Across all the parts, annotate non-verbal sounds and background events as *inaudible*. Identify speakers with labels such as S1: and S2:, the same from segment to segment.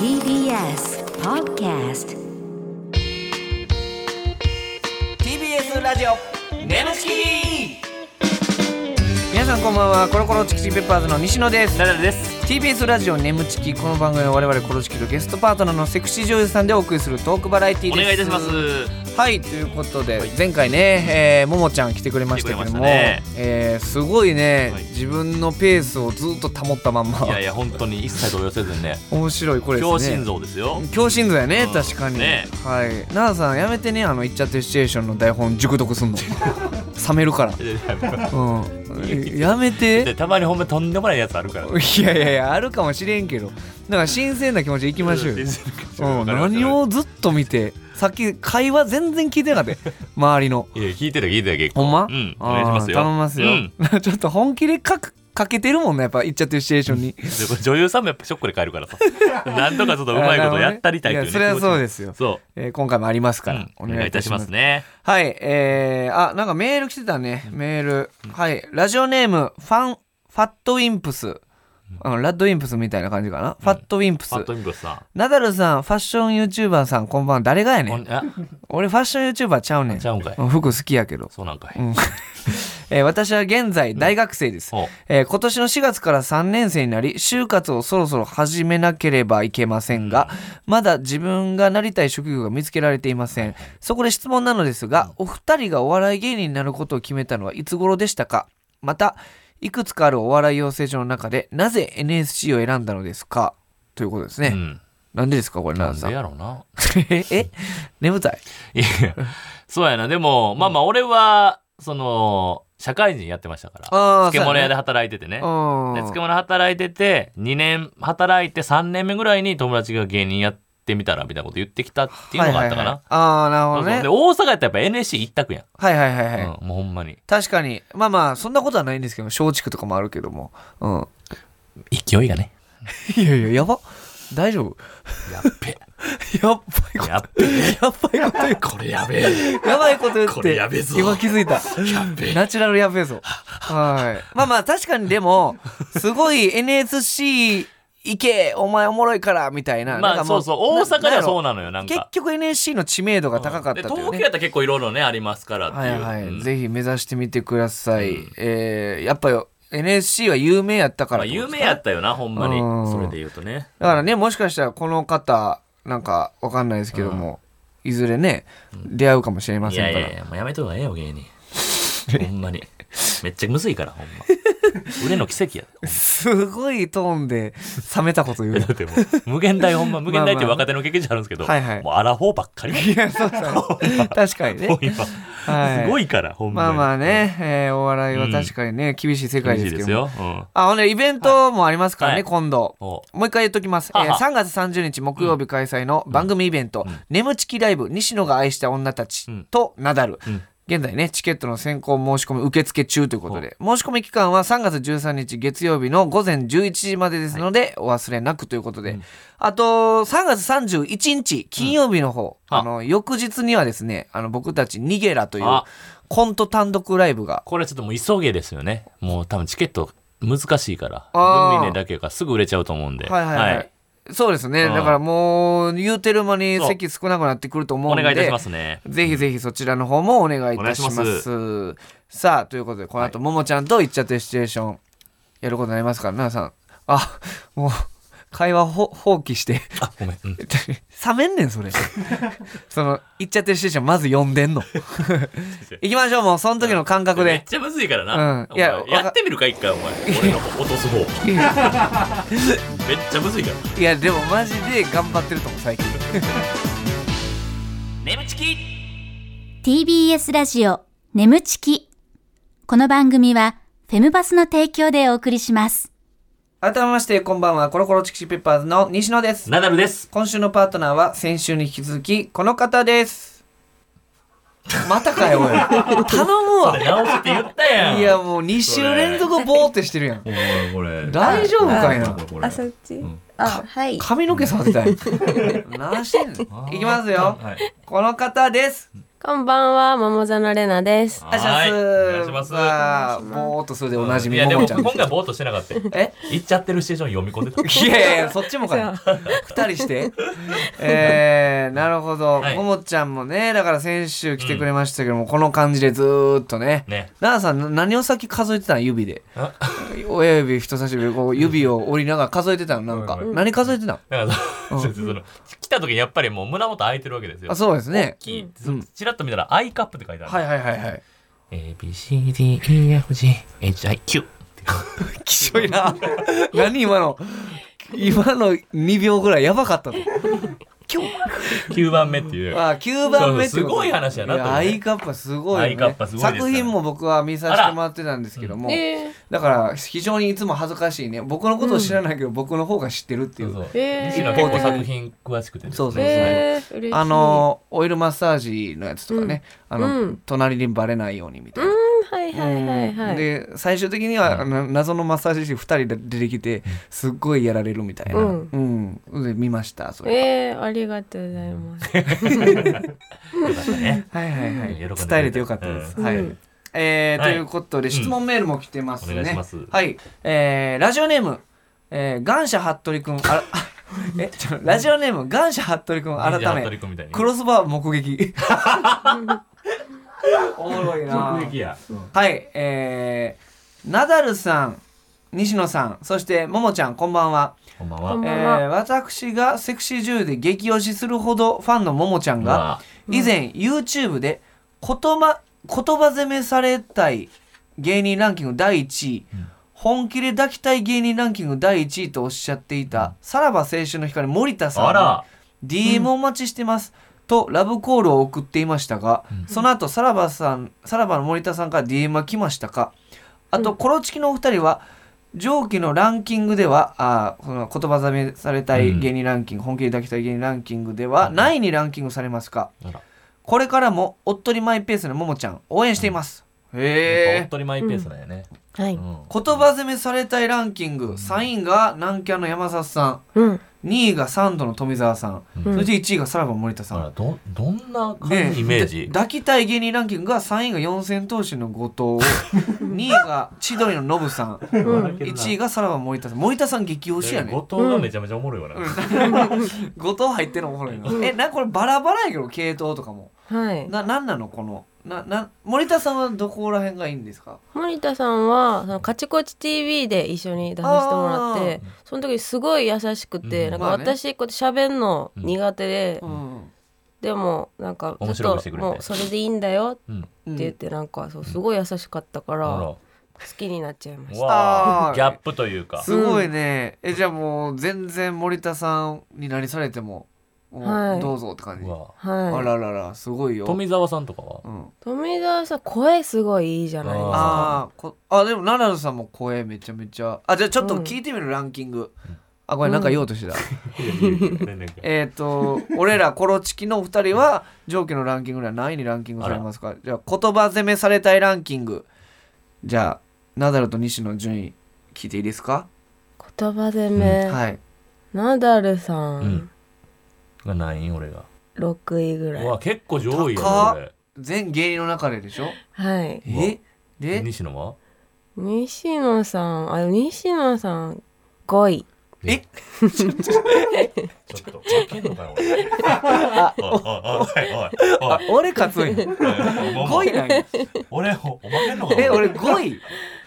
S1: TBS Podcast
S2: TBS ラジオ
S3: ムチキ
S2: 皆さんこんばんはコロコロチキチキペッパーズの西野です
S3: ナダルです。
S2: TBS ラジオネムチキこの番組は我々コロチキとゲストパートナーのセクシー女優さんでお送りするトークバラエティ
S3: お
S2: です
S3: 願いいたします。
S2: はいということで、
S3: はい
S2: 前回ね、えー、ももちゃん来てくれましたけど
S3: 来て
S2: も、
S3: くれま
S2: えーすごいね、
S3: はい
S2: 自分のペースをずっと保ったまんま
S3: いやいや本当に一切動揺せずにね、
S2: 面白いこれですね
S3: 強心臓ですよ。
S2: 強心臓やね、
S3: うん
S2: 確かに、
S3: ね
S2: はい奈々さんやめてねあの「いっちゃってるシチュエーション」の台本熟読
S3: *laughs*
S2: すんの冷めるからうんやめ
S3: で *laughs*
S2: て
S3: たまにほんまとんでもないやつあるから。
S2: いやいやいやあるかもしれんけどだから新鮮な気持ちでいきましょうようん、何をずっと見てさっき会話全然聞いてなかったよ周りの
S3: いや聞いてる聞いてる結構。
S2: ほんま、
S3: うん
S2: あー
S3: お願いしますよ
S2: 頼みますよ、*laughs*
S3: う
S2: ちょっと本気でかくかけてるもんねやっぱ言っちゃってるシチュエーションに
S3: でこれ女優さんもやっぱショックで帰るから
S2: *laughs*
S3: さ。なんとかちょっとうまいことやったりたいっていうね。。
S2: いやそれはそうですすよ、
S3: そ
S2: えー今回もあります
S3: う
S2: から、
S3: うん。お願いいたしますね。
S2: はい、えー、あ、なんかメール来てたね、メール。はい、ラジオネーム、ファン、ファットウィンプス。あのラッドウィンプスみたいな感じかな。ファットウィンプス
S3: パ。ッとミコさ
S2: ナダルさん、ファッション YouTuber さん、こんばんは。誰がや
S3: ん。
S2: ね
S3: こ
S2: ん。
S3: んあ
S2: 俺、ファッション YouTuber ちゃうねん。
S3: ちゃうんかい。
S2: うん服好きやけど。
S3: そうなんかい。
S2: うん。 *laughs* えー私は現在、大学生です。
S3: ほう
S2: えー今年の4月から3年生になり就活をそろそろ始めなければいけませんが、まだ自分がなりたい職業が見つけられていませんそこで質問なのですがお二人がお笑い芸人になることを決めたのはいつ頃でしたかまたいくつかあるお笑い養成所の中でなぜ NSC を選んだのですかということですね、
S3: うん。
S2: なんでですかこれ
S3: な
S2: 奈々
S3: ん
S2: さ
S3: で
S2: ん
S3: やろうな。
S2: え *laughs* え眠たい
S3: いやそうやな。でもまあまあ俺はその社会人やってましたから。
S2: あ
S3: 漬物屋で働いててね。
S2: うん
S3: で漬物働いてて2年働いて3年目ぐらいに友達が芸人やってみたらみたいなこと言ってきたっていうのがあっ
S2: はい
S3: たかな。
S2: はいはいああなるほ
S3: そ
S2: ど
S3: うそう
S2: ね
S3: で大阪やったらやっぱ NSC 一択やん、
S2: はいはいはいはい、
S3: うんもうほんまに
S2: 確かにまあまあそんなことはないんですけど松竹とかもあるけどもうん
S3: 勢いがね
S2: いやいややば大丈夫
S3: やっ
S2: *laughs*
S3: べ
S2: やっばいこと
S3: やっべ
S2: やっばいこと言っ
S3: これやべえ
S2: てやばいこと言って
S3: これやべぞ
S2: 今気づいた
S3: やっべ
S2: ナチュラルやべえぞはいまあまあ確かにでもすごい NSC 行けお前おもろいからみたいななん
S3: ま
S2: か
S3: あ
S2: も
S3: そうそう大阪ではそう
S2: な
S3: なのよなんん
S2: やろ結
S3: か
S2: 局 NSC の知名度が高かった
S3: で
S2: とい
S3: 東
S2: う
S3: 京
S2: ね
S3: やったら結構いろいろねありますからって、
S2: はいいうはい、
S3: うん
S2: ぜひ目指してみてください、えーやっぱよ NSC は有名やったか
S3: ま
S2: ら
S3: あ
S2: ってこと
S3: 有
S2: ですか
S3: 名やったよなほんまに
S2: うん
S3: それで言うとね
S2: だからねもしかしたらこの方なんかわかんないですけども、いずれね出会うかもしれま
S3: い
S2: せ
S3: や
S2: ん
S3: い
S2: から
S3: やいやもうやめとくがええ
S2: *laughs*
S3: よ芸人ほんまにめっちゃむずいからほんま腕の奇跡や
S2: すごいトーンで冷めたこと
S3: *laughs*
S2: 言う
S3: だってもう無限大ほんま無限大っていう若手の劇場あるんですけど、
S2: まあまあはいはい
S3: もうアラフォーばっかり
S2: いやそうそう確かにね
S3: *laughs* もう今、
S2: はい
S3: すごいからほんま
S2: まあ
S3: に
S2: まあね、えーお笑いは確かにね、厳しい世界
S3: 嬉し
S2: で
S3: い
S2: す
S3: で
S2: け
S3: す
S2: ども
S3: よ、うん、
S2: あほんでイベントもありますからね、
S3: はい
S2: 今度
S3: お
S2: もう一回言っときます。え
S3: はあ
S2: ー
S3: はあ
S2: 3月30日木曜日開催の番組イベント「眠ちきライブ西野が愛した女たち
S3: うん」
S2: とナダル
S3: うん。
S2: 現在ね、チケットの先行申し込み受付中ということで、申し込み期間は3月13日月曜日の午前11時までですので、お忘れなくということで、あと、3月31日金曜日の方、
S3: うん
S2: あの、翌日にはですね、あの、僕たちニゲラという
S3: あ
S2: コント単独ライブが、
S3: これちょっともう急げですよねもう多分チケット難しいから
S2: あー
S3: ルミネだけがすぐ売れちゃうと思うんで
S2: はいはいはい。そうですね。
S3: うん
S2: だからもう、言うてる間に
S3: そう
S2: 席少なくなってくると思う
S3: お
S2: んで。
S3: 願いいたしますね
S2: ぜひぜひそちらの方もお願いいたします。
S3: お願いし
S2: さあ、ということで、この後、ももちゃんといっちゃってシチュエーション、やることになりますから、奈々さん。あ、もう、会話ほ放棄して。
S3: あごめん、うん
S2: 冷めんねん、
S3: *laughs*
S2: それ。その、いっちゃってシチュエーション、まず呼んでんの。行きましょう、もう、その時の感覚
S3: めっ
S2: で。
S3: ちゃむずいからな、
S2: うんいや
S3: お前やってみるか一回お前俺の落とす方めっ
S2: いや、
S3: ちゃむずいから
S2: いやでもマジで頑張ってると思う、最近。
S3: 眠ちき
S4: TBS ラジオ眠ちき。この番組はフェムバスの提供でお送りします。
S2: 改めまして、こんばんは、コロコロチキシペッパーズの西野です。
S3: ナダルです
S2: 今週のパートナーは先週に引き続きこの方ですまたかよおい
S3: *laughs*
S2: 頼むわ
S3: 直すって言ったやん
S2: いやもう2週連続ボーってしてるやん
S3: お前これ
S2: 大丈夫かいな
S3: これ
S5: あそっち、あはい
S2: 髪の毛触ってたやん何してんのいきますよ
S3: はい
S2: この方です
S6: こんばんは、桃園れなです。
S2: あ、じゃあ
S3: はい
S2: す
S3: お願いします。
S2: さあ、ぼーっとするでおなじみ、
S3: いやで
S2: も
S3: も
S2: もちゃん
S3: 今。回ぼーっとしてなか
S2: *laughs*
S3: ったよ。
S2: え
S3: 言っちゃってるシチュエーション読み込んで
S2: *laughs*
S3: た。
S2: いやいや、そっちもか
S3: *laughs*
S2: よ。二人して。えー、なるほど。
S3: はい
S2: ももちゃんもね、だから先週来てくれましたけども、この感じでずーっとね。
S3: ね。
S2: 奈々さんな何を先数えてたん指で
S3: あ
S2: 親指人差し指こう指を折りながら数えてたのなんか
S3: う
S2: 何数えてたん
S3: だからそそうそうその来た時にやっぱりもう胸元開いてるわけですよ
S2: あ。そうですね
S3: き
S2: うん
S3: ちらっと見たら「アイカップ」って書いてある。
S2: はいはいはいはい
S3: A B C D E F G H I Q。
S2: きしょいな何今の今の2秒ぐらいやばかったの
S3: 九番目っていう。
S2: あ9番目って
S3: そうそうすごい話やな
S2: とねい
S3: と思う
S2: アイカッパすごいよね
S3: アイカッパすごいですから
S2: 作品も僕は見させてもらってたんですけども、
S6: え
S2: だから非常にいつも恥ずかしいね僕のことを知らないけど、僕の方が知ってるっていう
S3: そうそう
S6: えー
S3: 西野は結構作品詳しくてですね。
S2: そうそうそう
S6: えー、嬉しい。
S2: あのオイルマッサージのやつとかね、あの、
S6: うん
S2: 隣にバレないようにみたいな、
S6: うん、はいはいはいはい。
S2: で最終的には、な謎のマッサージ師2人で出てきてすっごいやられるみたいな、
S6: うん
S2: うんで見ましたそれ、
S6: えー、ありがとうございます。
S3: よかったね。
S2: はいはいは
S3: うん
S2: い
S3: 喜んでくれた
S2: 伝えれてよかったです、
S6: うん
S2: はい、
S6: うん
S2: えー
S3: はい
S2: ということで質問メールも来てますね、
S3: お願いします
S2: はい、えーラジオネーム、えー、ガンシャ服部君あらえちょラジオネームガンシャ服部君改
S3: 忍者服部
S2: め
S3: 君みたいに。
S2: クロスバー目
S6: *laughs*
S2: 撃 *laughs* おもろいな
S3: 目撃や。
S2: はい、えー、ナダルさん、西野さん、そしてももちゃん、こんばんは。
S3: こんばん
S6: こん
S3: は。
S2: え
S6: ばんは
S2: ー、私がセクシー女優で激推しするほどファンのももちゃんが、以前 YouTube で言葉、言葉攻めされたい芸人ランキング第1位、本気で抱きたい芸人ランキング第1位とおっしゃっていた、さらば青春の光森田さんに
S3: あら。
S2: DM をお待ちしてます、とラブコールを送っていましたが、その後さらばさんさらばの森田さんから DM は来ましたかあと、コロチキのお二人は上記のランキングではあーこの言葉ざめされたい芸人ランキング、本気で抱きたい芸人ランキングでは何位にランキングされますか
S3: あら。
S2: これからもおっとりマイペースのももちゃん応援しています、
S3: 本
S2: へえ
S3: 当にマイペースだよね。
S6: はい。
S3: うん
S2: 言葉攻めされたいランキング3位が南キャンの山里さ
S6: うん。
S2: ん2位がサンドの富澤さん、
S6: うん
S2: そして1位がさらばの森田さん、
S3: あらどどんな感
S2: ね
S3: じイメー
S2: だ
S3: ジ。
S2: 抱きたい芸人ランキングが3位が四千頭身の後藤2位が千鳥のノブさん
S3: *laughs*
S6: うん。
S2: 1位がさらば森田さん森田さん激推しやね
S3: 後藤がめちゃめちゃおもろいわな。
S2: 後藤入ってんのおもろいなえなんかこれバラバラやけど系統とかも
S6: はい。
S2: ななんなのこのなな森田さんはどこら辺がいいんですか
S6: 森田さんは、そのカチコチ TV で一緒に出させてもらって、その時すごい優しくて、
S3: うん
S6: なんか
S2: まあね
S6: 私、こうやって喋んの苦手で、
S2: うん
S6: でも、なんか
S3: 面
S6: ず
S3: 白くし
S6: って
S3: く
S6: と、
S3: れて
S6: もうそれでいいんだよっ
S3: うん。
S2: う
S6: て
S2: ん
S6: 言って、なんか、そう、すごい優しかったから、
S3: あ
S6: 好きになっちゃいま
S3: ら。
S6: した。
S3: わ
S2: あ
S3: あ。
S2: ー
S3: ギャップというか。
S2: すごいねえじゃあもう全然森田さんに何されてももう
S6: はい
S2: どうぞって感じ、
S3: うわ
S2: あ
S6: はい。
S2: らららすごいよ、
S3: 富澤さんとか
S2: *laughs*
S3: は
S2: う。ん、
S6: 富澤さん、声すごいいいじゃないですか。
S2: あーこあでもナダルさんも声めちゃめちゃあじゃあちょっと聞いてみる、ランキングあごめんなんか言おうとしてた、 *laughs* えっと俺らコロチキのお二人は上記のランキングでは何位にランキングされますかじゃあ言葉攻めされたいランキングじゃあナダルと西の順位聞いていいですか、
S6: 言葉攻め、
S2: はい
S6: ナダルさ
S3: うんん、が何位俺が。
S6: 6位ぐら
S3: う
S6: い。
S3: わ結構上位や
S2: 高っ
S3: ね
S2: 全芸人の中ででしょ
S6: はい。
S3: うわ
S2: え
S3: 俺。
S2: で
S3: 西野は？
S6: 西野さん、あ、西野さん、5位。
S2: え
S3: ちょっと負けんのかよ俺。おいおいおいおい
S2: あ俺勝つんや
S3: おい。
S2: 5位なん *laughs* や
S3: 俺お負けんのか
S2: え俺5位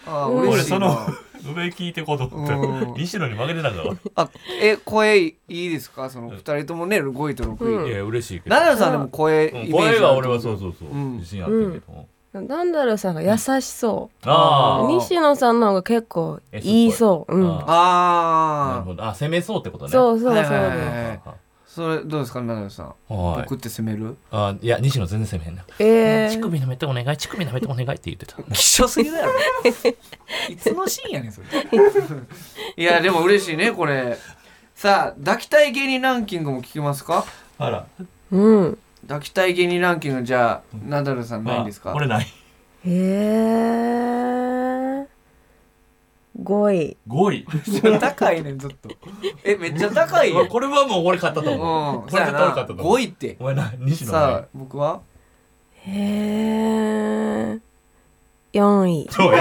S2: あー
S6: うん
S2: 嬉しいな
S3: 俺そ上聞いてこうと思
S2: うん
S3: って西野に負けてたんだわ。
S2: あえ声いいですかその2人ともね5位と6位、
S6: うん
S3: いや嬉しいけど。
S2: ナダルさんでも声イメー
S3: うん
S2: ジ
S3: 声は俺は
S2: う
S3: そうそうそう
S2: うん
S3: 自信あったけど。
S6: ナダルさんが優しそ
S3: あ
S6: う。
S2: うん
S3: あ
S6: 西野さんの方が結構言いそう。うん。
S3: あなる
S2: あ
S3: ほど。あ攻めそうってことね。
S6: そうそうそう
S2: はいは
S6: です。
S2: いはいはいそれどうですかナダルさん
S3: はい
S2: 僕。って攻める
S3: あいや西野全然攻めへんな。
S6: え
S3: 乳
S6: ー、
S3: 首舐めてお願い乳首舐めてお願いって言ってた。
S2: 希少すぎ *laughs* だろいつのシーンやねんそれ *laughs* いやでも嬉しいねこれさあ抱きたい芸人ランキングも聞きますか
S3: あら。
S6: うん。
S2: 抱きたい芸人ランキングじゃあナダルさんないんですか、
S3: これない。
S6: えー、5位。
S3: 5位。
S2: めっちゃ高いねんちょっと *laughs* えめっちゃ高いよ、うん、
S3: これはもう俺買ったと思う。こ
S2: さ
S3: れ絶対俺買ったと思う。
S2: 5位って
S3: お前な、西野
S2: さ
S3: な
S2: あ僕は
S6: へえ4位
S3: おえお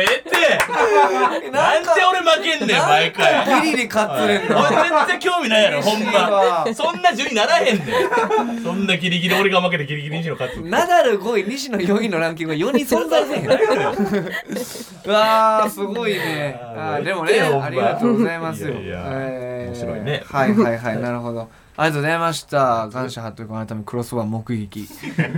S3: ええってなんで俺負けんねん毎回
S2: ギリで勝ってるんだ。
S3: 俺全然興味ないやろほんまそんな順位ならへん
S2: *laughs*
S3: ねんそんなギリギリ俺が負けてギリギリにしろ勝つ
S2: ナダル5位、西野4位のランキングが4人存
S3: *laughs*
S2: 在せん。うわー、すごいね。あーでもね、
S3: ほんま
S2: ありがとうございますよ。
S3: いやいや
S2: えー
S3: 面白いね
S2: はいはいはい、なるほど。ありがとうございました。感謝ハットリ改めクロスワン目
S3: *laughs*
S2: 撃。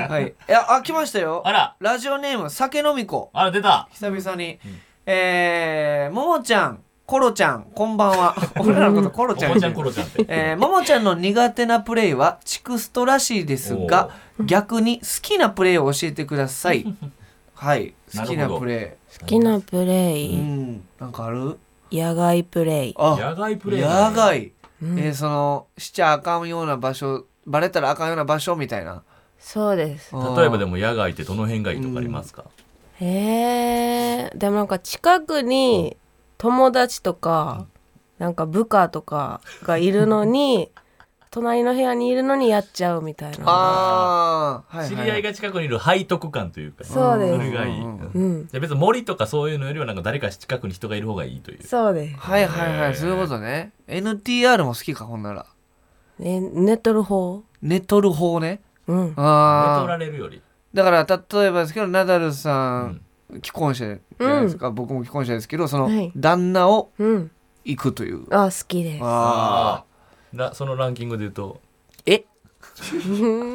S2: はい。いや、あ、来ましたよ。
S3: あら
S2: ラジオネーム、酒飲み子。
S3: あら出た
S2: 久々に。えー、ももちゃん、コロちゃん、こんばん
S3: *laughs*
S2: は。俺らのことコロ
S3: お
S2: ちゃん
S3: も
S2: って
S3: ち
S2: 言
S3: ゃ
S2: うんの
S3: ころちゃんって
S2: えー、ももちゃんの苦手なプレイはチクストらしいですが逆に好きなプレイを教えてくださ
S3: *laughs*
S2: いはい好きなプレ
S6: 好きなプレ
S2: イう
S6: イ
S2: んなんかある
S6: 野外プレイ
S2: あ
S3: 野外プレイ
S2: 野外、
S6: うん
S2: えーそのしちゃあかんような場所バレたらあかんような場所みたいな
S6: そうです
S3: 例えばで
S2: も
S3: も野外ってどの辺がいいとかありますか
S6: へえでもなんか近くに友達とかなんか部下とかがいるのに *laughs* 隣の部屋にいるのにやっちゃうみたいなのが
S2: ああ、はいはい、
S3: 知り合い
S2: が
S3: が近くにいる背徳感というか
S6: そうです
S3: それがいい
S2: うんうん
S3: じ
S6: うん
S3: ゃあ別に森とかそういうのよりはなんか誰か近くに人がいる方がいいという
S6: そうです
S2: はいはいはいそういうことね NTR も好きかほんなら
S6: ね寝とる方
S2: 寝とる方ね
S6: うん
S2: ああ
S3: 取られるより
S2: だから例えばですけどナダルさん、既婚者じゃないですか、僕も既婚者ですけどその、
S6: はい
S2: 旦那を
S6: うん
S2: 行くという
S6: あ好きです
S2: あ
S3: なそのランキングで言うと *laughs*
S2: え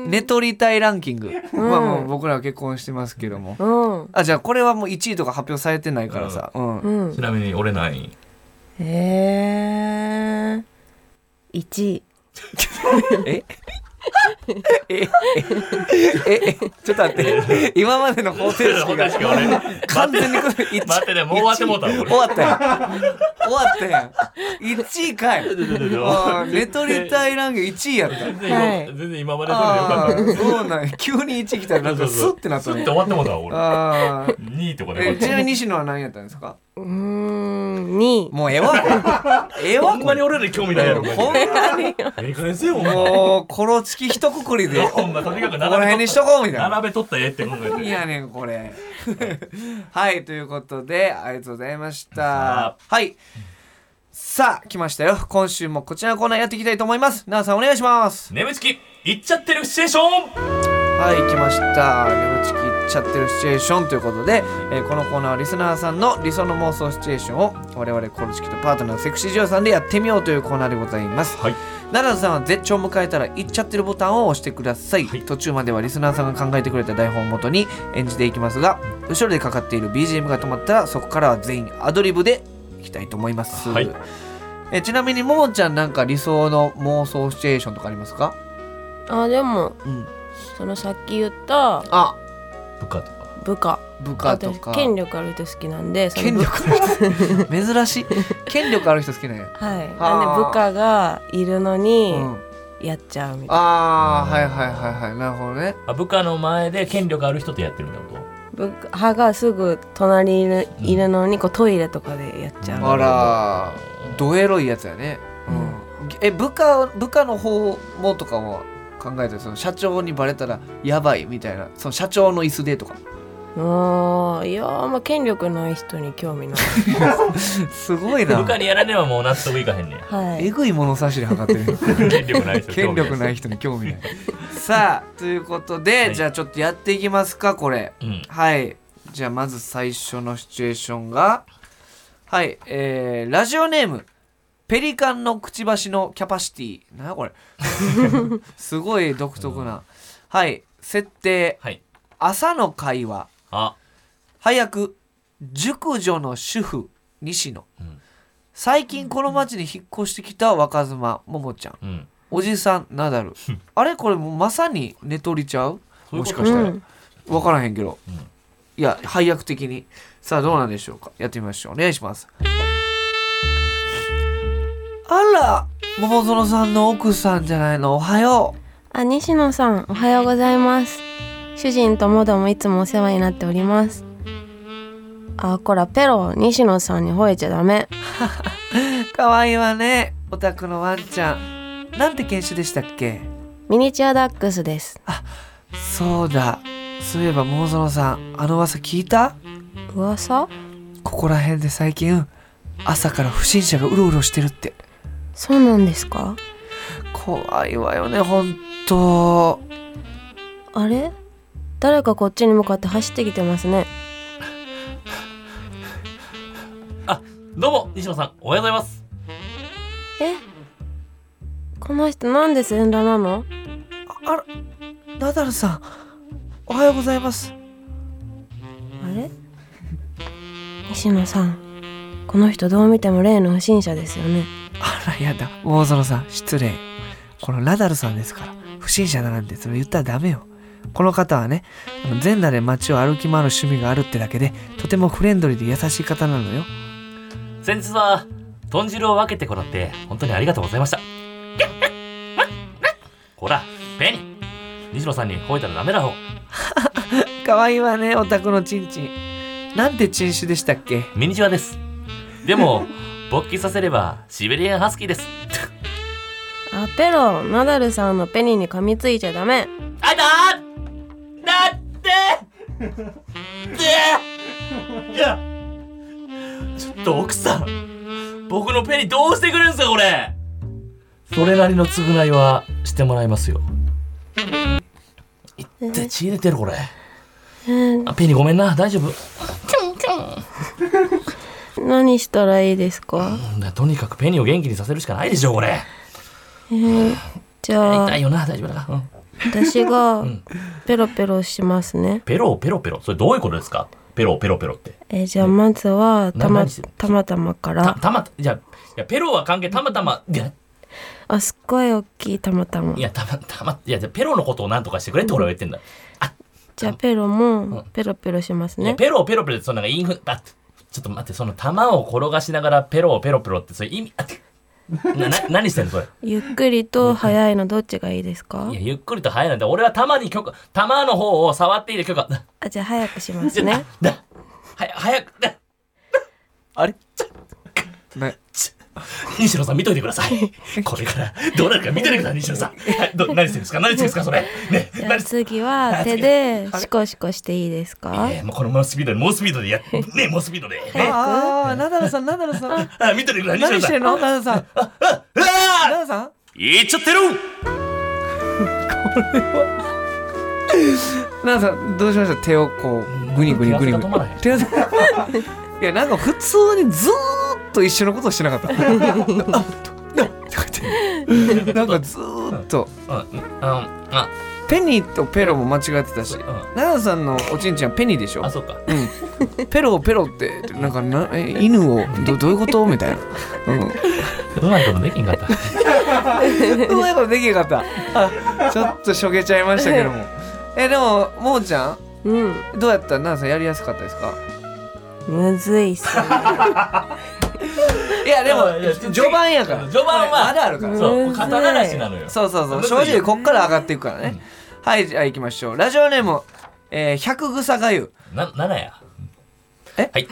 S2: 寝取りたいランキング、まあもう僕らは結婚してますけども、
S6: うん
S2: あじゃあこれはもう1位とか発表されてないからさ、うん
S6: うん
S3: ちなみに俺何位
S6: へえ1位
S2: ええええちょっと待って今までの方程式
S3: *laughs*
S2: が
S3: 確か俺
S2: 完全にこれ一
S3: 待ってねもう終わってもうたわ
S2: 一
S3: 俺
S2: 終わったやん終わったやん1位かいあー寝取りたいランキング1位やった
S3: 全然
S6: は
S3: 今全然今まで
S2: あ
S3: それでよかっ
S2: ーそうなんや急に1位来たら
S3: た
S2: なんかスッてなっ
S3: ス
S2: た
S3: ッて
S2: ね
S3: 終わってもうたわ俺
S2: あー
S3: 2位とかで
S2: え
S3: よか
S2: ち
S3: っ
S2: なみに西野は何やったんですか
S6: うーん2位
S2: もうええ *laughs* わええ
S3: た
S2: わ
S3: ほんまに俺らに興味ないやろ
S2: ほんまに
S3: ええかげんせえよほんま
S2: もうころつき一括り *laughs* で
S3: ほ
S2: こ
S3: んまとにかく
S2: の辺
S3: 並べ
S2: に
S3: と
S2: し
S3: っ
S2: とこうみた
S3: た
S2: いな
S3: 並べとったらええって考え
S2: い
S3: て
S2: やねんこれ *laughs* はいということでありがとうございまし
S3: さ
S2: たはいさあ来ましたよ今週もこちらのコーナーやっていきたいと思いますなあさんお願いします
S3: 眠ちき行っちゃってるシチュエーション
S2: はい、来ました。眠ちき行っちゃってるシチュエーションということで、えーこのコーナーはリスナーさんの理想の妄想シチュエーションを我々コルチキとパートナーのセクシージョーさんでやってみようというコーナーでございます。
S3: はい
S2: 奈良さんは絶頂を迎えたら行っちゃってるボタンを押してください、
S3: はい
S2: 途中まではリスナーさんが考えてくれた台本をもとに演じていきますが後ろでかかっている BGM が止まったらそこからは全員アドリブでいきたいと思います、
S3: はい
S2: えちなみにももちゃんなんか理想の妄想シチュエーションとかありますか、
S6: あでも
S2: うん、
S6: そのさっき言った
S2: あ
S3: 部下とか
S2: 部
S6: 部下
S2: 下とか
S6: 私権力ある人好きなんでその
S2: 権
S6: 部
S2: 力ある人 *laughs* 珍しい権力ある人好きなんや、
S6: はい
S2: あ
S6: なん
S2: ー
S6: で部下がいるのに
S2: うん、
S6: やっちゃうみたい
S2: ああーはいはいはいはいなるほどね
S3: あ部下の前で権力ある人とやってるんだこと
S6: な部下がすぐ隣にいるいるのにこうトイレとかでやっちゃう
S2: あらーどエロいやつやね、うんえ部下部下の方もとかも考えてるその社長にバレたらやばいみたいなその社長の椅子でとか
S6: もういやーまあ権力ない人に興味ない
S2: *laughs* *laughs* すごい
S3: 部下
S2: な
S3: にやらねばもう納得いかへんねん
S2: *laughs*
S6: はい
S2: えぐい物差しで測 *laughs* ってる
S3: 権力ない人
S2: 権力ないい人に *laughs* 興味ないさあということで、
S3: はい
S2: じゃあちょっとやっていきますかこれ
S3: うん
S2: はい。じゃあまず最初のシチュエーションが、はい、えー、ラジオネーム、ペリカンのくちばしのキャパシティ。なやこれ。 *laughs* すごい独特な。はい、設定、
S3: はい
S2: 朝の会話、
S3: あ
S2: 早く、熟女の主婦、西野。
S3: うん
S2: 最近この町に引っ越してきた若妻、ももちゃん。
S3: うん
S2: おじさん、ナダル。あれこれもうまさに寝取りちゃう
S3: そうい
S2: も
S3: うこ
S2: し
S3: と
S2: かしたら。
S6: うん
S2: 分からへんけど、
S3: ん
S2: いや配役的にさあどうなんでしょうかやってみましょうお願いしますあら桃園さんの奥さんじゃないのおはよ
S6: あ西野さんおはようございます主人ともどもいつもお世話になっておりますあこらペロ西野さんに吠えちゃダメ
S2: うかわいいわねお宅のワンちゃんなんて犬種でしたっけ
S6: ミニチュアダックスです
S2: そうだそういえば桃園さんあの噂聞いた
S6: 噂
S2: ここら辺で最近朝から不審者がうろうろしてるって
S6: そうなんですか
S2: 怖いわよねほんと
S6: あれ誰かこっちに向かって走ってきてますね
S3: どうも西野さんおはようございます
S6: えこの人なんで全裸なの
S2: ああらナダルさんおはようございます
S6: あれ西野さんこの人どう見ても例の不審者ですよね
S2: あらやだ大園さん失礼このナダルさんですから不審者だなんてそれ言ったらダメよこの方はねあの全裸で街を歩き回る趣味があるってだけでとてもフレンドリーで優しい方なのよ
S3: 先日は豚汁を分けてこらって本当にありがとうございましたほらペン西野さんに吠えたらダメだろ
S2: 可愛いわねお宅のチンチンなんてチン種でしたっけ
S3: ミニチュアですでも勃起させればシベリアンハスキーです
S6: あペロナダルさんのペニーに噛みついちゃダメ
S3: あだーだってでいやちょっと奥さん僕のペニどうしてくれるんですかこれそれなりの償いはしてもらいますよいって血出てるこれ
S6: え
S3: あペニごめんな大丈夫
S6: ー何したらいいですか
S3: うんだとにかくペニを元気にさせるしかないでしょこれ
S6: えーじゃあ
S3: 痛いよな大丈夫だな、うん
S6: 私が
S3: ん
S6: ペロペロしますね
S3: ペロペロペロそれどういうことですかペロペロペロって
S6: えーじゃあまずはたま
S3: 何してる
S6: たまたま
S3: た
S6: から
S3: たまじゃあいやペロは関係たまたまいや
S6: あすっごい大きいたまたま
S3: いやたまたまいやじゃあペロのことを何とかしてくれって俺は言ってんだ、
S6: じゃあペロもペロペロします
S3: いや
S6: ね
S3: ペロペロペロってそのなんかインフあちょっと待ってその玉を転がしながらペロペロペロってそれ意味あなな何してんのそれ
S6: ゆっくりと早いのどっちがいいですか
S3: いやゆっくりと早いなんて俺は玉に許可玉の方を触っていいで許可だ
S6: あじゃあ早くします
S3: だ
S6: ね
S3: だはや早くだ
S2: あれな
S3: 西野さん見といてくださいこれからどうなるか見ててください西野さん、はい、ど何してるんですか何してるんですかそれね
S6: じゃあ
S3: 何して
S6: 次は手でシコシコしていいですか
S3: えー、もうこのままスピードで、もうスピードでやっ、ね、もうスピードで。ね、
S2: ああナダルさんナダル *laughs* さん
S3: あ、見てる、何
S2: 何してんのナダルさん
S3: あ、あ、
S2: ナ
S3: あ
S2: ダルさん
S3: 言っちゃってる
S2: ナダルさんどうしました手をこうグニグニグニグニ
S3: 手汗が止まらへん
S2: 手汗いやなんか普通にずーっと一緒のことをしてなかった *laughs* あとなとかって *laughs* なんかずーっと
S3: うん、うん、あ、
S2: ペニーとペロも間違ってたし
S3: うん
S2: ナダルさんのおちんちんはペニーでしょ
S3: あ、そうか。
S2: うん、ペロペロってなんかなえ犬をどどういうことみたいな、
S3: うまいことできんかった。
S2: うん、うまいことできなかったあちょっとしょげちゃいましたけどもえでももーちゃ
S6: うん
S2: んどうやったななさんやりやすかったですか
S6: むずいっすね
S2: いやで
S3: あいや
S2: も序盤やから
S3: 序盤は
S2: まだあるから
S6: う
S3: *laughs*
S6: ん
S3: そう、肩慣らしなのよ。
S2: そうそうそう正
S3: むずい
S2: 直こっから上がっていくからね、はいじゃあ行きましょうラジオネーム、えー、百草がゆ
S3: な、七や。
S2: え
S3: はい。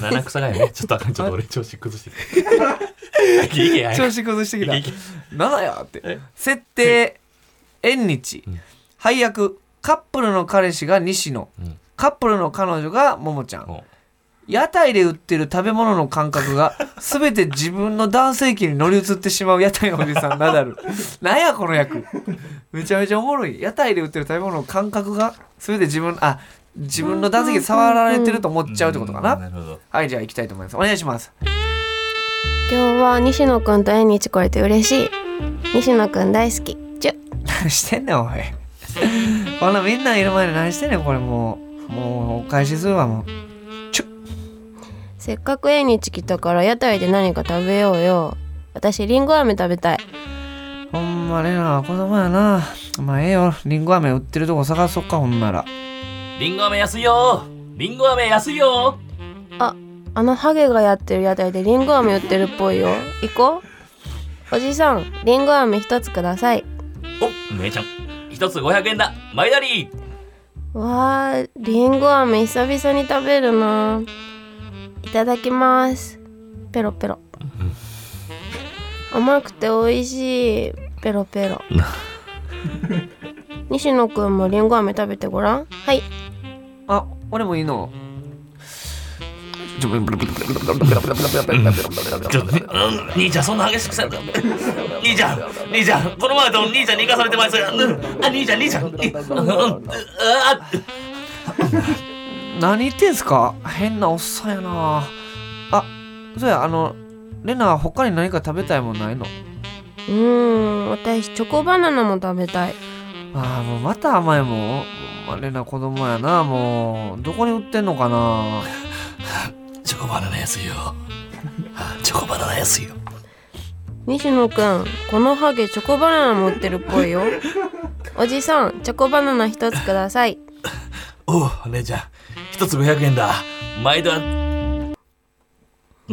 S3: な七草がい *laughs* ね。ちょっとあかん、ちょっと俺調子崩してる。い *laughs* けいけ、はい
S2: 調子崩してきた
S3: いけいけ
S2: 「なんや」って設定縁日配役カップルの彼氏が西野、
S3: うん
S2: カップルの彼女がももちゃん
S3: も
S2: 屋台で売ってる食べ物の感覚が全て自分の男性器に乗り移ってしまう屋台のおじさんナダルなんやこの役めちゃめちゃおもろい屋台で売ってる食べ物の感覚が全て自分あ自分の男性器に触られてると思っ
S3: う
S2: ちゃうってことか
S3: んな
S2: な
S3: るほど。
S2: はいじゃあ行きたいと思いますお願いします
S6: 今日は西野くんと縁日来れて嬉しい西野くん大好きじゅ
S2: 何してんねんおいこんなみんないる前で何してんねんこれもうもうお返しするわもう
S6: せっかく縁日来たから屋台で何か食べようよ私りんご飴食べたい
S2: ほんまレナ子供やなまあええよりんご飴売ってるとこ探そっかほんなら
S3: リンゴ飴安いよリンゴ飴安いよ
S6: あのハゲがやってる屋台でりんご飴売ってるっぽいよ行こうおじさんりんご飴一つください
S3: お、姉ちゃん。一つ500円だマイダリー
S6: わありんご飴久々に食べるないただきますペロペロ *laughs* 甘くて美味しいペロペロ西野くんもりんご飴食べてごらんはい
S2: あ俺もいいの
S3: ちょっと、うん、兄ちゃんそんな激しくせんと兄ちゃん兄ちゃんこの前だと兄ちゃんに行かされてます、うん、あ兄ちゃん兄ちゃんうんうんうんあ
S2: 何言ってんすか変なおっさんやなあそうやあのレナ他に何か食べたいもんないの
S6: うーん私チョコバナナも食べたい
S2: ああもうまた甘いもんほんまレナ子供やなもうどこに売ってんのかな
S3: チョコバナナ安いよあチョコバナナ安いよ
S6: 西野くんこのハゲチョコバナナも売ってるっぽ *laughs* いよおじさんチョコバナナ一つください
S3: おうお姉ちゃん一つ500円だ毎度は
S6: う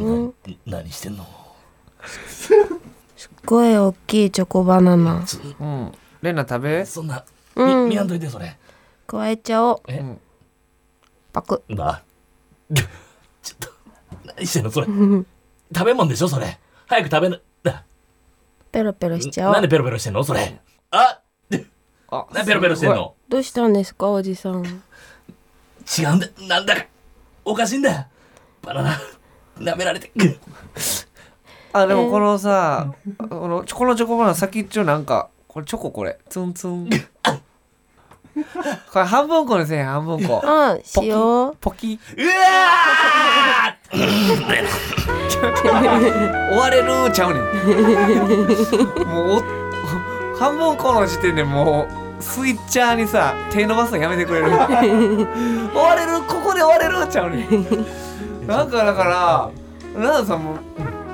S6: ん
S3: な何してんの
S6: 声大きいチョコバナナ
S3: つ
S2: うんレナ食べ
S3: そんな、
S6: うん
S3: み見やんといてそれ
S6: 加えちゃおう
S3: え
S2: うん
S6: パク
S3: な *laughs* あちょっと何してんのそれ食べ物でしょそれ早く食べなな
S6: ペロペロしちゃお
S3: なんで
S6: う
S3: ペロペロしてんのそれあ
S2: あ
S3: なんでペロペロしてんの
S6: どうしたんですかおじさん
S3: 違うんだなんだかおかしいんだバナナ舐められてく
S2: あでもこのさ、このチョコのチョコバナナ先っちょなんかこれチョコこれツンツンこれ半分こにせえへん半分こ
S6: あしよう
S2: ポ *laughs* キ
S3: うわ
S2: 追われるちゃうねんもうお半分この時点でもうスイッチャーにさ手伸ばすのやめてくれる追われるここで追われるちゃうねんなんかだからラナさんも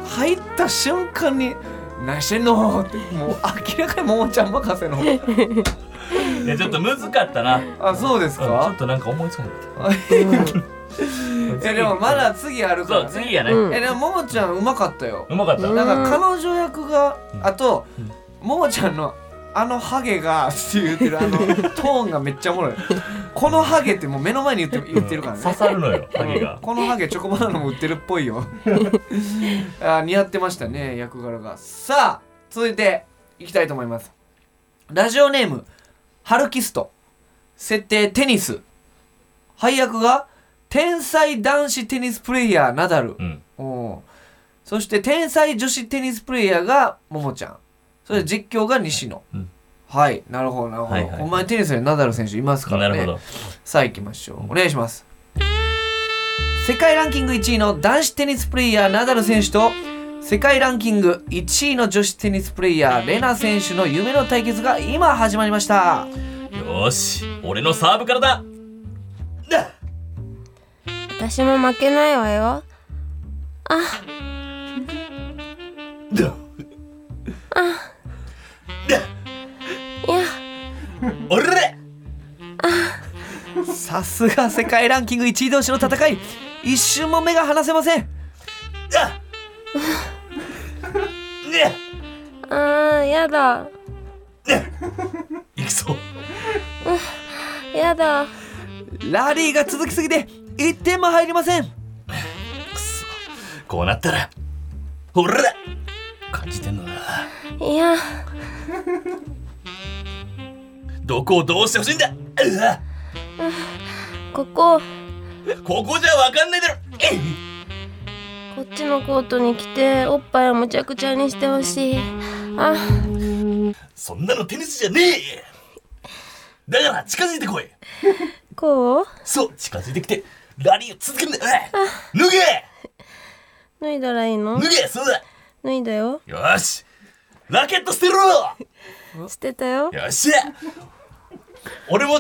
S2: 入った瞬間に「何してんの?」ってもう明らかにももちゃん任せの
S3: ーいやちょっとむずかったな
S2: あそうです
S3: ちょ
S2: か
S3: っとなんか思いつかなかっ
S2: いやでもまだ次あるか
S3: たそ
S2: ら、ね、
S3: う次やね、
S6: う
S3: うん
S2: えでもももちゃんうまかったよ
S3: まかった、
S6: うん
S2: なんか彼女役が、
S3: うん
S2: あと、
S3: うん
S2: ももちゃんのあのハゲがって言ってるあ
S3: *laughs*
S2: のトーンがめっちゃおもろいこのハゲってもう目の前に言って言ってるからね
S3: 刺さるのよハゲが
S2: このハゲチョコバナナも売ってるっぽい
S3: *laughs*
S2: よあー似合ってましたね役柄がさあ続いていきたいと思いますラジオネームハルキスト設定テニス配役が天才男子テニスプレイヤーナダル
S3: うん
S2: おーそして天才女子テニスプレイヤーがももちゃんそれで実況が西野、
S3: うん
S2: はいなるほどなるほど、
S3: はいはいはい
S2: お前テニスでナダル選手いますか
S3: な
S2: らね
S3: るほど
S2: さあ行きましょうお願いします世界ランキング1位の男子テニスプレイヤーナダル選手と世界ランキング1位の女子テニスプレイヤーレナ選手の夢の対決が今始まりました
S3: よーし俺のサーブからだだ
S6: 私も負けないわよ
S3: だ
S6: いや
S3: 俺れ
S2: さすが世界ランキング1位同士の戦い一瞬も目が離せません
S3: だね
S6: あーやだ
S3: いくぞ
S6: やだ
S2: ラリーが続きすぎて1点も入りません
S3: こうなったら俺ら感じてんのない
S6: や
S3: どこをどうしてほしいんだうわ
S6: ここ
S3: ここじゃわかんないだろえい
S6: こっちのコートに来ておっぱいをむちゃくちゃにしてほしいあ
S3: そんなのテニスじゃねえだから近づいてこい
S6: こう
S3: そう近づいてきてラリーを続けるんだうわ脱げ
S6: 脱いだらいいの
S3: 脱げそうだ
S6: 脱いだよ
S3: よーしラケット捨てろ
S6: 捨てたよ
S3: よっしゃ俺も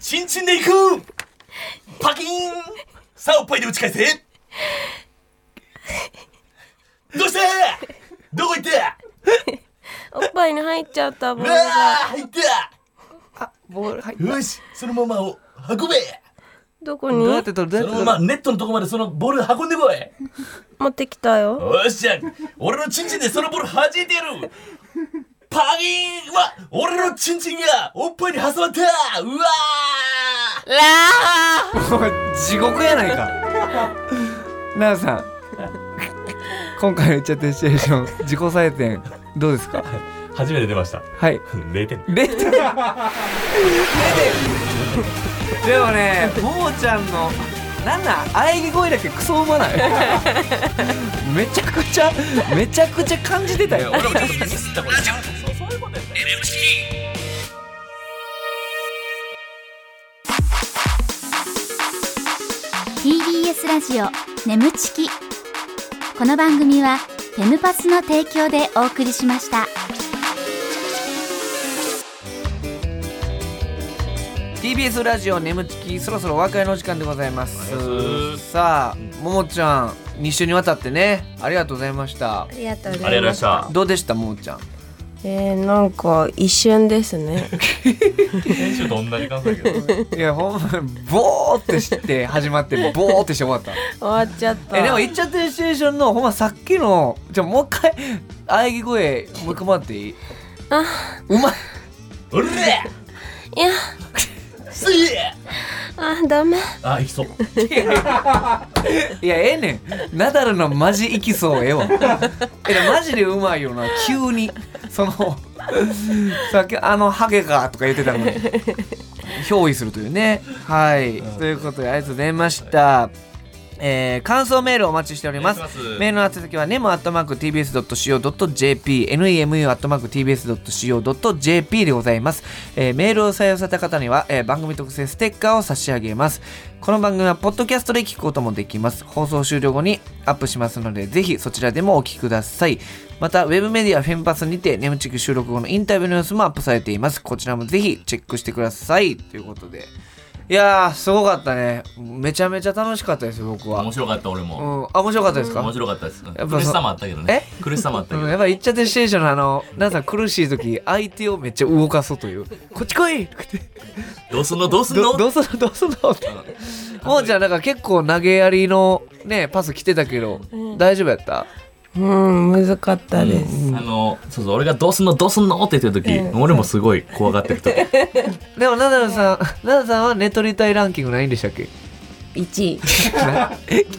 S3: チンチンで行くパキーンさあおっぱいで打ち返せどうしたどこ行った
S6: おっぱいに入っちゃったボー
S3: う
S6: ル
S3: わ
S6: が
S3: ー入った
S2: あボール入っ
S3: よしそのままを運べ
S6: どこ
S2: ど
S6: に
S2: うやって取るどう
S3: そ
S2: やっ
S3: の
S2: て取
S3: ま
S2: る、
S3: まネットのとこまでそのボール運んでこい
S6: 持ってきたよ
S3: よっしゃ俺のチンチンでそのボール弾いてやるパギーンは俺のチンチンがおっぱいに挟まったうわ
S2: お前地獄やないか奈々さん今回の「うっちゃってシチュエーション」自己採点どうですか
S3: 初めて出ました。 *laughs*
S2: はい
S3: 0点。
S2: 0点0点でもねももちゃんのなんなん喘ぎ声だけクソうまないめちゃくちゃめちゃくちゃ感じてたよ
S3: もちょっとミスったこれ。そうそういうことやね。
S4: TBS ラジオ眠ちきこの番組はフェムパスの提供でお送りしました。
S2: TBS ラジオ眠ちきそろそろお別れの時間でございます
S3: ありがとうございます
S2: さあももちゃん2週にわたってねありがとうございました
S5: ありがとうご
S3: あ
S5: ざ
S3: りがとうござい
S5: い
S3: ま
S5: ま
S3: し
S5: したた。
S2: どうでしたももちゃん
S6: えー、なんか一瞬ですね
S3: 先週と同じ感想だけど。
S2: いやほんまにボーってして始まってボーってして終わった
S6: 終わっちゃった
S2: *laughs* えでも言っちゃってるシチュエーションのほんまさっきのじゃあもう一回喘ぎ声もう一回もらっていい
S6: あ
S2: うまいう
S3: るれ
S6: いや
S3: すげえ
S6: あダメ
S3: あ、いきそ
S2: *laughs*
S3: う。
S2: いやええねんナダルのマジいきそうええわえでもマジでうまいよな急にその *laughs* さっきあのハゲかとか言ってたのに憑依するというねはいということでありがとうございましたえー、感想メールお待ちしております
S3: お願いします
S2: メールの宛先は nemo.tbs.co.jp nemu.tbs.co.jp でございます、えーメールを採用された方には、えー番組特製ステッカーを差し上げますこの番組はポッドキャストで聞くこともできます放送終了後にアップしますのでぜひそちらでもお聞きくださいまたウェブメディアフェンパスにてネムチク収録後のインタビューの様子もアップされていますこちらもぜひチェックしてくださいということでいやーすごかったねめちゃめちゃ楽しかったですよ僕は
S3: 面白かった俺
S2: う
S3: も。
S2: ん、あ面白かったですか
S3: 面白かったです。
S2: ぱ
S3: 苦しさもあったけどね。苦しさもあったけ
S2: うん
S3: ど。
S2: やっぱ言っちゃってるシチュエーションのあの皆さん苦しい時相手をめっちゃ動かそうという「こっち来い!」って
S3: どうすんのどうすんの
S2: どどうする *laughs* どうするの?」ってもうじゃんなんか結構投げやりのねパス来てたけど大丈夫やった
S6: うん難かったです、
S3: あのそうそう俺が「どうすんのどうすんの?」って言ってる時、俺もすごい怖がってると
S2: でもナダルさんナダルさんはネトリタイランキング何位でしたっけ
S5: 1位。
S2: な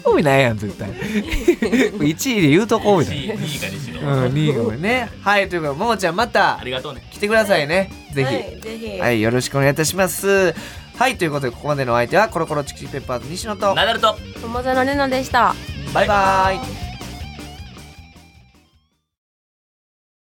S2: 興味ないやん絶 *laughs* 対1位で言うとこみたい
S3: *laughs* いいか西
S2: な、うん、2位がごめんねはいということでももちゃんまた
S3: ありがとうね
S2: 来てくださいねぜひ、
S6: はいぜひ、
S2: はい、よろしくお願いいたします。はい、ということで、ここまでのお相手は、コロコロチキチキペッパーズ西野と、
S3: ナダルと
S6: 友澤のれなでした
S2: バイバイ。